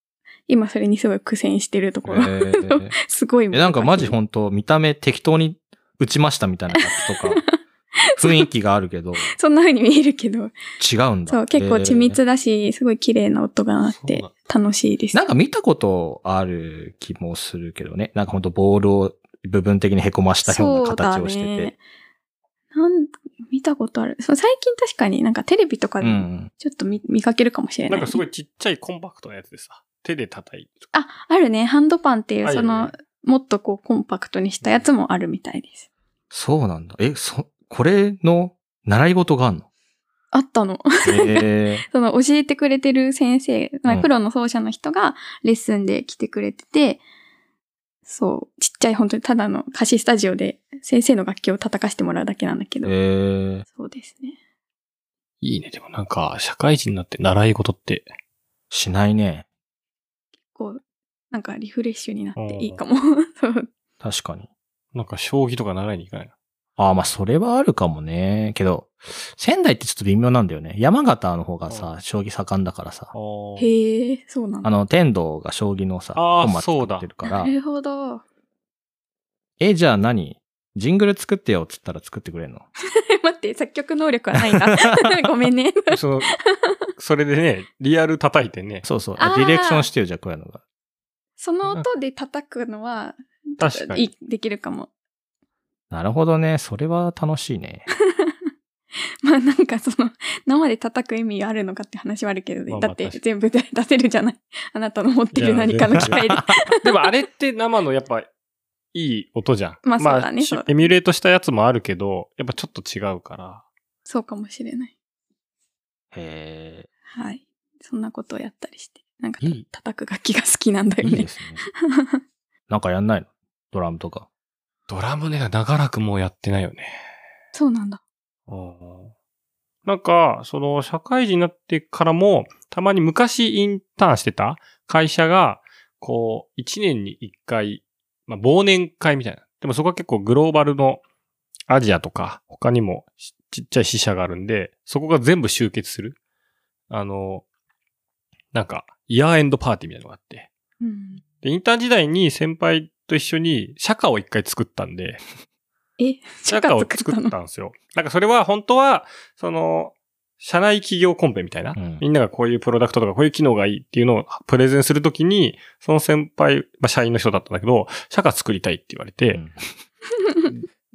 Speaker 3: 今それにすごい苦戦してるとこ
Speaker 1: え
Speaker 3: ろ。
Speaker 1: ー
Speaker 3: すごい難し
Speaker 1: え、
Speaker 3: い。
Speaker 1: なんかマジ本当見た目適当に打ちましたみたいなやつと か、雰囲気があるけど、
Speaker 3: そんな風に見えるけど、
Speaker 1: 違うんだ。
Speaker 3: そう、結構緻
Speaker 1: え
Speaker 3: 密だし、すごい綺麗な音があっ
Speaker 2: そう
Speaker 3: て
Speaker 2: なん
Speaker 3: 楽しいで
Speaker 1: ー
Speaker 3: す。
Speaker 1: なんか見たことある気もするけどね。なんか本当ボールを部分的にへこましたような形をしてて。
Speaker 3: なん見たことある。そう最近確かになんかテレビとか
Speaker 1: う
Speaker 3: で
Speaker 1: ん。
Speaker 3: ちょっと見,、見かけるかもしれな。
Speaker 2: ないんかすごいちっちゃいコンパクトなやつでさ、手で叩いて。
Speaker 3: あ、あるね。ハンドパンっていう、
Speaker 2: あるよ
Speaker 3: そ
Speaker 2: ね
Speaker 3: の、もっとこうコンパクトにしたやつもあるみたいです。
Speaker 1: そうなんだ。え、そ、これの習い事があんの
Speaker 3: あったの。
Speaker 1: えー
Speaker 3: その教えてくれてる先生、まあ
Speaker 1: うん
Speaker 3: プロの奏者の人がレッスンで来てくれてて、そう、ちっちゃい本当にただの歌詞スタジオで先生の楽器を叩かしてもらうだけなんだけ
Speaker 1: え
Speaker 3: ど、
Speaker 1: ー
Speaker 3: そうですね。
Speaker 2: いいね。でもなんか、社会人になって習い事って。
Speaker 1: しないね。
Speaker 3: こう、なんかリフレッシュになっていいかも。 そう
Speaker 1: 確かに。
Speaker 2: なんか、将棋とか習いに行かないの
Speaker 1: ああ、まあ、それはあるかもね。けど、仙台ってちょっと微妙なんだよね。山形の方がさ、将棋盛んだからさ。
Speaker 2: あー
Speaker 3: へえ、そうなん
Speaker 1: あ
Speaker 3: だ。
Speaker 1: の、天童が将棋のさ、
Speaker 2: あー
Speaker 1: コマ
Speaker 2: そ
Speaker 1: 作
Speaker 2: うだ
Speaker 1: ってるから
Speaker 3: な、るほど。
Speaker 1: え、じゃあ何ジングル作ってよっつったら作ってくれん の
Speaker 3: 待って、作曲能力はない な。ごめんね。
Speaker 2: その、それでね、リアル叩いてね。
Speaker 1: そうそう。デ
Speaker 3: あー
Speaker 1: ィレクションしてよ、じゃあこういうのが。
Speaker 3: その音で叩くのは、
Speaker 2: 確か
Speaker 3: い
Speaker 2: に。
Speaker 3: いできるかも。
Speaker 1: なるほどね。それは楽しいね。
Speaker 3: まあなんかその生で叩く意味があるのかって話はあるけどね、
Speaker 2: まあまあ
Speaker 3: だって
Speaker 2: 確かに
Speaker 3: 全部で出せるじゃないあなたの持ってる何かの機械で。
Speaker 2: でもあれって生のやっぱ、いい音じゃん。
Speaker 3: まあそうだね
Speaker 2: し
Speaker 3: そうだね
Speaker 2: エミュレートしたやつもあるけど、やっぱちょっと違うから。
Speaker 3: そうかもしれない。
Speaker 1: へ
Speaker 3: はい。そんなことをやったりして。なんか
Speaker 1: いい
Speaker 3: 叩く楽器が好きなんだ
Speaker 1: え、
Speaker 3: よ
Speaker 1: いい
Speaker 3: ね
Speaker 1: で。すね。なんかやんないのドラムとか。
Speaker 2: ドラムね、長らくもうやってないよね。
Speaker 3: そうなんだ。
Speaker 2: なんか、その、社会人になってからも、たまに昔インターンしてた会社が、こう、1年に1回、まあ、忘年会みたいな。でもそこは結構グローバルのアジアとか、他にもしちっちゃい支社があるんで、そこが全部集結する。あの、なんか、イヤーエンドパーティーみたいなのがあって。
Speaker 3: うん。
Speaker 2: で、インターン時代に先輩と一緒に釈迦を一回作ったんで、
Speaker 3: え、
Speaker 2: 社歌を
Speaker 3: チャカ
Speaker 2: 作ったんですよ。なんかそれは本当は、その、社内企業コンペみたいな、
Speaker 1: うん
Speaker 2: みんながこういうプロダクトとかこういう機能がいいっていうのをプレゼンするときに、その先輩、まあ社員の人だったんだけど、社歌作りたいって言われて、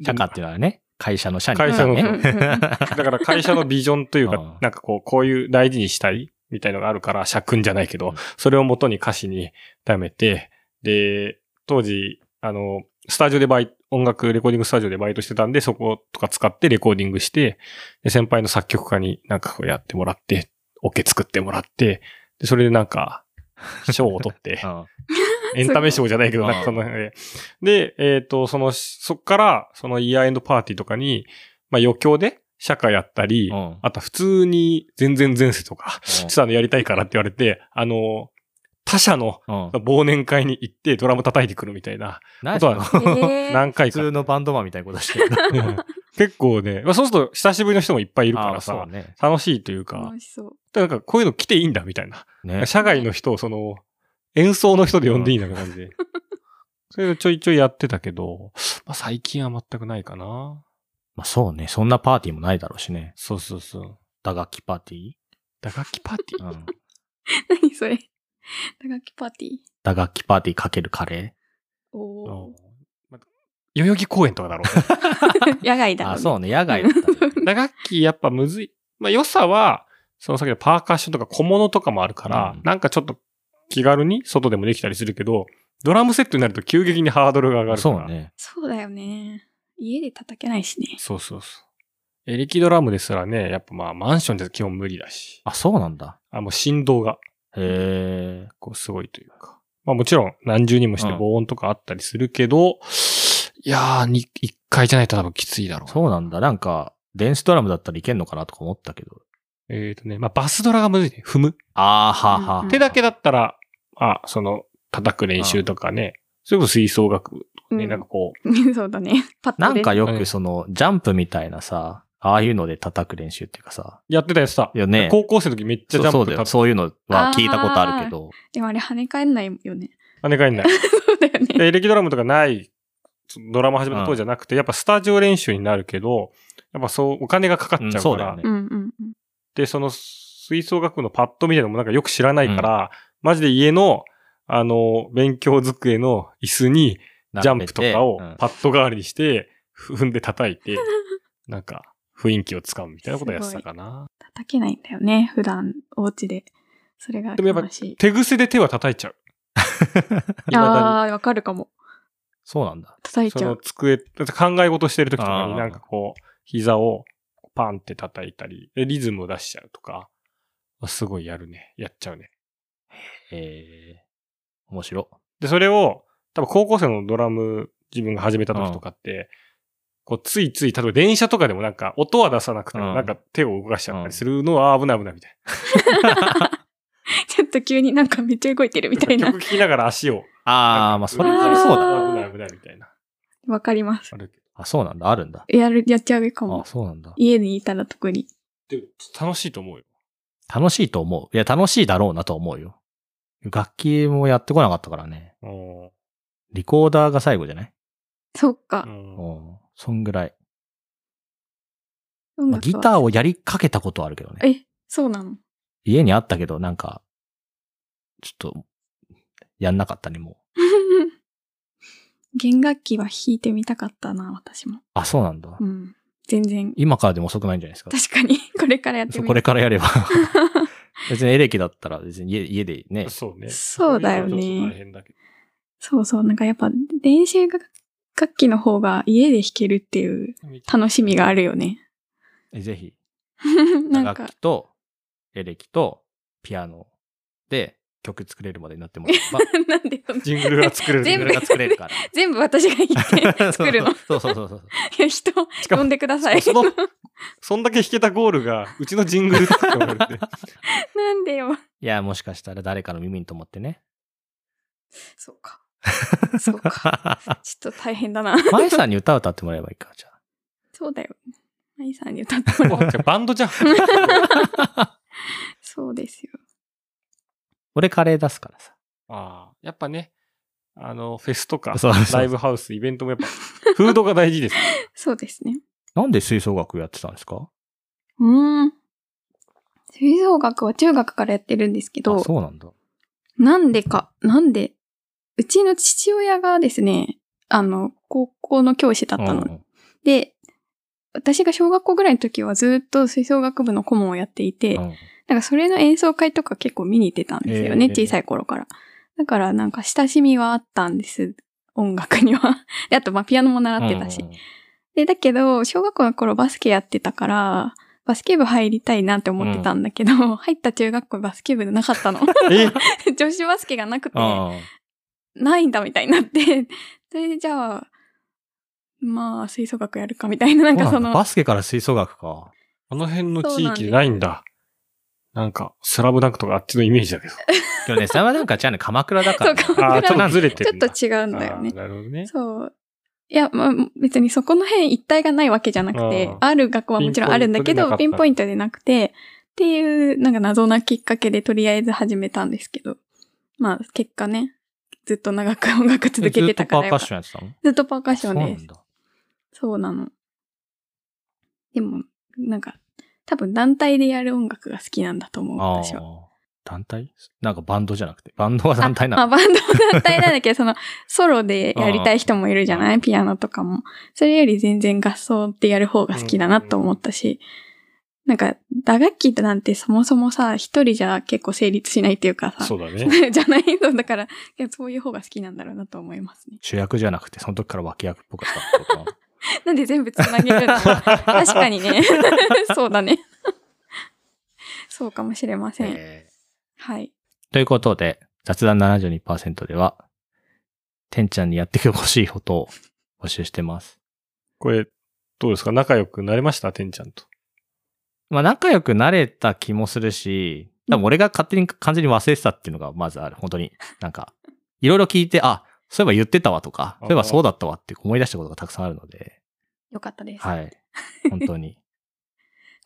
Speaker 1: 社歌っていうのはね、会社の社に、ね。
Speaker 2: 会社の
Speaker 3: うんうんうん
Speaker 2: だから会社のビジョンとい う
Speaker 1: う
Speaker 2: か
Speaker 1: ん、
Speaker 2: なんかこう、こういう大事にしたいみたいのがあるから、社訓じゃない
Speaker 1: う
Speaker 2: けど
Speaker 1: ん、
Speaker 2: それを元に歌詞に貯めて、で、当時、あの、スタジオでバイト、音楽レコーディングスタジオでバイトしてたんで、そことか使ってレコーディングして、で、先輩の作曲家になんかこうやってもらって、オ、ケ作ってもらって、で、それでなんか、賞を 取って、
Speaker 1: うん
Speaker 2: エンタメ賞じゃないけど、なんかその辺で。で、えっ、と、その、そっから、そのイヤーエンドパーティーとかに、まあ余興で、社会やったり、
Speaker 1: うん
Speaker 2: あと普通に全然前世とか、
Speaker 1: うん
Speaker 2: したのやりたいからって言われて、あの、他社の
Speaker 1: うん。
Speaker 2: 忘年会に行ってドラム叩いてくるみたいな
Speaker 1: 何
Speaker 2: こと
Speaker 1: それ
Speaker 2: は
Speaker 5: えー
Speaker 2: 何回
Speaker 1: 普
Speaker 2: か。
Speaker 1: 通のバンドマンみたいなことしてる。
Speaker 2: 結構ね、まあそうすると久しぶりの人もいっぱいいるか
Speaker 1: ああ
Speaker 2: ら
Speaker 1: そう
Speaker 2: さ、
Speaker 1: ね。
Speaker 2: 楽しいというか
Speaker 3: 楽、しそう。
Speaker 2: なんかこういうの来ていいんだみたいな。
Speaker 1: ね。
Speaker 2: 社外の人をその、演奏の人で呼んでいいんだみたいな感じで。 それをちょいちょいやってたけど、まあ最近は全くないかな。
Speaker 1: まあそうね。そんなパーティーもないだろうしね。
Speaker 2: そうそうそう。
Speaker 1: 打楽器パーティ
Speaker 2: 打楽器パーティ
Speaker 1: ー
Speaker 2: ー
Speaker 1: うん。
Speaker 3: 何それ。打楽器パーティー。
Speaker 1: 打楽器パーティーかけるカレ
Speaker 3: お
Speaker 2: う
Speaker 3: ー
Speaker 2: んまあ代々木公園とかだろうね。
Speaker 3: 野外だ
Speaker 1: ー。
Speaker 3: ろ、ね。
Speaker 1: あ、そうね。野外 だったね。
Speaker 2: 打楽器やっぱむずい。まあ良さは、そのさっきのパーカッションとか小物とかもあるから、
Speaker 1: うん
Speaker 2: なんかちょっと気軽に外でもできたりするけど、ドラムセットになると急激にハードルが上がるか
Speaker 1: そ
Speaker 2: ら。
Speaker 1: う。ね。
Speaker 3: そうだよね。家で叩けないしね。
Speaker 2: そうそうそう。エレキドラムですらね、やっぱまあマンションで基本無理だし、
Speaker 1: あ、そうなんだ。
Speaker 2: あ、もう振動が
Speaker 1: へえ。
Speaker 2: こうすごいというか。まあもちろん何重にもして
Speaker 1: うん
Speaker 2: 防音とかあったりするけど、いやー、に一回じゃないと多分きついだろう。
Speaker 1: そうなんだ。なんか、電子ドラムだったらいけんのかなとか思ったけど。
Speaker 2: えっ、とね、まあバスドラがむずいね。踏む。
Speaker 1: あーはあはあ
Speaker 3: うん
Speaker 1: はあ。
Speaker 2: 手だけだったら、あ、その、叩く練習とかね、それこそ吹奏楽とかね、
Speaker 3: うん
Speaker 2: なんかこ
Speaker 3: そうだね。パッ
Speaker 1: な
Speaker 3: と
Speaker 1: ん
Speaker 3: で。
Speaker 1: かよ
Speaker 2: うん
Speaker 1: くその、ジャンプみたいなさ、ああいうので叩く練習っていうかさ、
Speaker 2: う、やってたやつさ、
Speaker 1: いやね
Speaker 2: 高校生の時めっち
Speaker 1: そ
Speaker 2: ゃジ
Speaker 1: う
Speaker 2: ャ
Speaker 1: そ
Speaker 2: ン
Speaker 1: うだ
Speaker 2: プ
Speaker 1: よ。
Speaker 2: た、
Speaker 1: そういうのは聞いたことあるけど、
Speaker 3: でもあれ跳ね返んないよね。
Speaker 2: 跳ね返んない。
Speaker 3: そうだよね。
Speaker 2: エレキドラムとかない、ドラマ始めた当時じゃなくて、やっぱスタジオ練習になるけど、やっぱそう、お金がかかっちゃう
Speaker 1: うん
Speaker 2: か
Speaker 1: そうだ
Speaker 2: ら、
Speaker 1: よね
Speaker 3: うんうんうん。
Speaker 2: で、その吹奏楽部のパッドみたいなのもなんかよく知らないから、マジで家の、あの、勉強机の椅子にジャンプとかを
Speaker 1: 並べて
Speaker 2: パッド代わりにして、踏んで叩いて、 なんか雰囲気をつかむみたいなことをやってたかな。
Speaker 3: 叩けないんだよね。普段、お家で。それが
Speaker 2: でもやっぱ
Speaker 3: 悲しい。
Speaker 2: 手癖で手は叩 いちゃう。未だに
Speaker 3: ああー、わかるかも。
Speaker 1: そうなんだ。
Speaker 3: 叩い
Speaker 2: そ
Speaker 3: ちゃ
Speaker 2: の
Speaker 3: う。
Speaker 2: 机、だって考え事してる時とかに
Speaker 1: あー
Speaker 2: なんかこう、膝をパンって叩いたり、でリズムを出しちゃうとか、すごいやるね。やっちゃうね。
Speaker 1: えー、面白。
Speaker 2: で、それを、多分高校生のドラム自分が始めた時とかって、こう、ついつい、例えば電車とかでもなんか、音は出さなくても、
Speaker 1: うん
Speaker 2: なんか手を動かしちゃったりするのはあー危ない危ないみたい
Speaker 3: ちょっと急になんかめっちゃ動いてるみたい
Speaker 2: な。
Speaker 3: な
Speaker 2: 曲。聴きながら足を。
Speaker 1: ああ、まあそれはありそうだ。
Speaker 2: だ。危ない危ないみたいな。
Speaker 3: わかります。
Speaker 2: あるけど
Speaker 1: あ、そうなんだ。あるんだ。
Speaker 3: やる、やっちゃうか
Speaker 1: あ
Speaker 3: も、。
Speaker 1: そうなんだ。
Speaker 3: 家にいたら特に。
Speaker 2: でも、楽しいと思うよ。
Speaker 1: 楽しいと思う。いや、楽しいだろうなと思うよ。楽器もやってこなかったからね。
Speaker 2: うん
Speaker 1: リコーダーが最後じゃない
Speaker 3: そっか。
Speaker 2: うん
Speaker 1: うん。そんぐらい。
Speaker 3: 音
Speaker 1: まあ、
Speaker 3: 楽
Speaker 1: ギ
Speaker 3: は
Speaker 1: ターをやりかけたことはあるけどね。
Speaker 3: え、そうなの
Speaker 1: 家にあったけど、なんか、ちょっと、やんなかったね、もう。
Speaker 3: 弦楽器は弾いてみたかったな、私も。
Speaker 1: あ、そうなんだ。
Speaker 3: うん。全然。
Speaker 1: 今からでも遅くないんじゃないですか。
Speaker 3: 確かに、 これからやって
Speaker 1: そう
Speaker 3: み
Speaker 1: これ
Speaker 3: る。
Speaker 1: からやれば。 別にエレキだったら別に家家でね。
Speaker 2: そうね。
Speaker 3: そうだよね
Speaker 2: それはちょっと大変だけど
Speaker 3: そうそう。なんかやっぱ、練習楽器の方が家で弾けるっていう楽しみがあるよね。
Speaker 1: えぜひ、
Speaker 3: なん
Speaker 1: 楽
Speaker 3: か
Speaker 1: 器、とエレキとピアノで曲作れるまでになってもらえ ば、
Speaker 3: なんでそんな
Speaker 2: ジングルが作れる。
Speaker 1: 自
Speaker 3: 全部
Speaker 1: 分が作れるから。
Speaker 3: 全部私が弾い て 作るの。い
Speaker 1: そうそうそうそうそう。
Speaker 3: や人
Speaker 2: しかも
Speaker 3: 呼んでください。
Speaker 2: その、そんだけ弾けたゴールが、うちのジングル作ってもらえるって。
Speaker 3: なんでよ。
Speaker 1: いや、もしかしたら誰かの耳に留まってね。
Speaker 3: そうか。 そうか。ちょっと大変だな。
Speaker 1: マイさんに歌歌ってもらえばいいか、じゃあ。
Speaker 3: そうだよ。マイさんに歌ってもらう。
Speaker 2: あじゃあ バンドじゃん。
Speaker 3: そうですよ。
Speaker 1: 俺カレー出すからさ。
Speaker 2: ああ、やっぱね、あの、フェスとか
Speaker 1: そうそう、
Speaker 2: ライブハウス、イベントもやっぱ、フードが大事です。
Speaker 3: そうですね。
Speaker 1: なんで吹奏楽やってたんですか
Speaker 3: うーん。吹奏楽は中学からやってるんですけ
Speaker 1: あ
Speaker 3: ど、
Speaker 1: そうなんだ。
Speaker 3: なんでか、なんで、うちの父親がですね、あの、高校の教師だったの。
Speaker 1: うん
Speaker 3: で、私が小学校ぐらいの時はずっと吹奏楽部の顧問をやっていて、
Speaker 1: うん
Speaker 3: なんかそれの演奏会とか結構見に行ってたんですよね、
Speaker 1: へー
Speaker 3: 小さい頃から。だからなんか親しみはあったんです、音楽には。 で、あとまあピアノも習ってたし。
Speaker 1: うん
Speaker 3: で、だけど、小学校の頃バスケやってたから、バスケ部入りたいなって思ってたんだけど、入った中学校バスケ部なかったの。
Speaker 2: え
Speaker 3: 女子バスケがなくて、
Speaker 1: ああ
Speaker 3: ないんだみたいになって、それでじゃあ、まあ、吹奏楽やるかみたいな、なんか
Speaker 1: そうだ
Speaker 3: その、
Speaker 1: バスケから吹奏楽か。
Speaker 2: あの辺の地域でないんだ。なんか、スラムダンクとかあっちのイメージ だけど。
Speaker 1: でもね、それはなんかじゃあね、鎌倉だからね、
Speaker 3: そう鎌
Speaker 2: ああ、
Speaker 3: 倉
Speaker 2: ちょっとずれて
Speaker 3: ちょっ
Speaker 2: るんだ。
Speaker 3: と違うんだよね
Speaker 2: あー。なるほどね。
Speaker 3: そう。いや、まあ、別にそこの辺一体がないわけじゃなくて、
Speaker 2: うん
Speaker 3: ある学校はもちろんあるんだけど、
Speaker 2: ピ
Speaker 3: ピ
Speaker 2: ン
Speaker 3: ン
Speaker 2: ポ
Speaker 3: ポ
Speaker 2: イ
Speaker 3: イントでなくて、っていう、なんか謎なきっかけでとりあえず始めたんですけど、まあ、結果ね、ずっと長く音楽続けてたから
Speaker 1: ずっとパーカ
Speaker 3: よか
Speaker 1: ッ
Speaker 3: っ
Speaker 1: ションやってた
Speaker 3: た
Speaker 1: の
Speaker 3: ずっとパーカッシ
Speaker 1: そう
Speaker 3: ョン
Speaker 1: な
Speaker 3: で
Speaker 1: ん
Speaker 3: す。
Speaker 1: だ。
Speaker 3: そうなの。でも、なんか、多分団体でやる音楽が好きなんだと思う、
Speaker 1: ああ
Speaker 3: 私は。。
Speaker 1: 団体なんかバンドじゃなくて。バンドは団体な
Speaker 3: ま
Speaker 1: の。
Speaker 3: あ、バンドは団体なんだけど、その、ソロでやりたい人もいるじゃないピアノとかも。それより全然合奏ってやる方が好きだなと思ったし、なんか、打楽器なんてそもそもさ、一人じゃ結構成立しないっていうかさ
Speaker 2: そ、うだね。
Speaker 3: じゃないのだから、いやそういう方が好きなんだろうなと思いますね。
Speaker 1: 主役じゃなくて、その時から脇役っぽかったってこと なの
Speaker 3: なんで全部つなげるの 確かにね。そうだね。そうかもしれません。
Speaker 1: えー
Speaker 3: はい。
Speaker 1: ということで、雑談72%では、てんちゃんにやってほしいことを募集してます。
Speaker 2: これ、どうですか仲良くなれましたてんちゃんと。
Speaker 1: まあ仲良くなれた気もするし、多分俺が勝手に完全に忘れてたっていうのがまずある。本当に。なんか、いろいろ聞いて、あ、そういえば言ってたわとか、そういえばそうだったわって思い出したことがたくさんあるの で、
Speaker 3: よかったです。
Speaker 1: はい。本当に。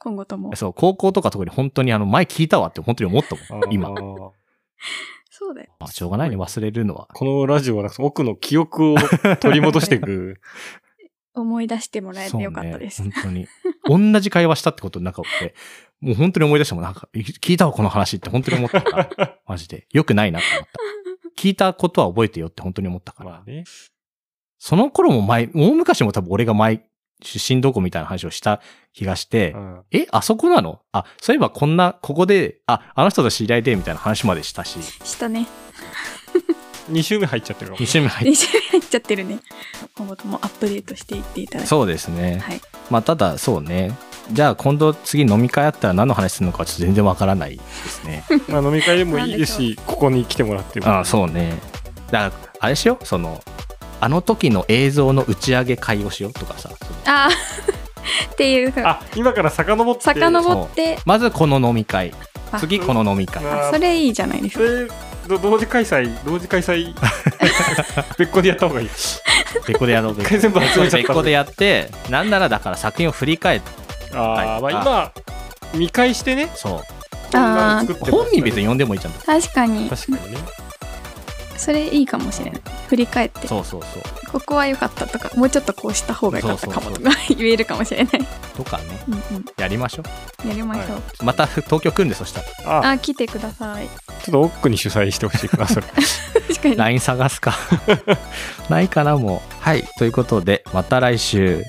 Speaker 3: 今後とも。
Speaker 1: そう、高校とか特に本当にあの、前聞いたわって本当に思ったもん、今
Speaker 2: あ。ー
Speaker 3: そうだよ。
Speaker 1: まあ、しょうがないね、忘れるのは。
Speaker 2: このラジオはなんか奥の記憶を取り戻していく。
Speaker 3: 思い出してもらえてよかったです。
Speaker 1: そうね、本当に。同じ会話したってことなんか俺、もう本当に思い出してもんなんか、聞いたわ、この話って本当に思った から。マジで。よくないなって思った。聞いたことは覚えてよって本当に思ったから。
Speaker 2: まあね。
Speaker 1: その頃も前、大昔も多分俺が前、出身どこみたいな話をした気がして、
Speaker 2: うん。
Speaker 1: え、あそこなのあ、そういえばこんな、ここで、あ、あの人と知り合いで、みたいな話までしたし、
Speaker 3: したね。
Speaker 2: 2週目入っちゃってるかも
Speaker 1: 一。緒に入っ
Speaker 3: 練習入っちゃってるね。 今後ともアップデートしていっていただ
Speaker 1: て。
Speaker 3: いて。
Speaker 1: そうですね。
Speaker 3: はい。
Speaker 1: まあ、ただ、そうね。じゃあ、今度次飲み会あったら何の話するのかちょっと全然わからないです ね。
Speaker 2: まあ飲み会でもいいですし、ここに来てもらっても。
Speaker 1: ああ、そうね。だから、あれしよう。その、あの時の映像の打ち上げ会をしようとかさ。その
Speaker 3: あー っていうか、
Speaker 2: あ、今から遡って。
Speaker 3: 遡って、
Speaker 1: まずこの飲み会。
Speaker 3: あ
Speaker 1: 次この飲み会。
Speaker 2: あ
Speaker 3: あそれいいじゃないです
Speaker 2: そ
Speaker 3: か。
Speaker 2: れど同時開催、同時 開催。別個でやった方がいい。
Speaker 1: 別個でやろう
Speaker 2: 一回全部集めちゃった。
Speaker 1: 別個でやって、なんならだから作品を振り返って、
Speaker 2: ああ、まあ今、見返してね。
Speaker 1: そ
Speaker 3: あー
Speaker 1: う。本人別に
Speaker 2: に。
Speaker 1: 呼んでもいいじゃん。
Speaker 3: 確かに、
Speaker 2: 確かにね。
Speaker 3: それいいかもしれない。振り返って、
Speaker 1: そうそうそう。
Speaker 3: ここは良かったとか、もうちょっとこうした方が良かったかもとか 言えるかもしれない。
Speaker 1: とかね。
Speaker 3: うんう
Speaker 1: やりましょう。
Speaker 3: ん。やりましょう。
Speaker 1: また東京来るんで、そしたら。
Speaker 2: あ、
Speaker 3: あ、来てください。
Speaker 2: ちょっと奥に主催してほしいかな、それ。
Speaker 3: 確かに。
Speaker 1: LINE 探すか。ないかな、もう。はい。ということで、また来週。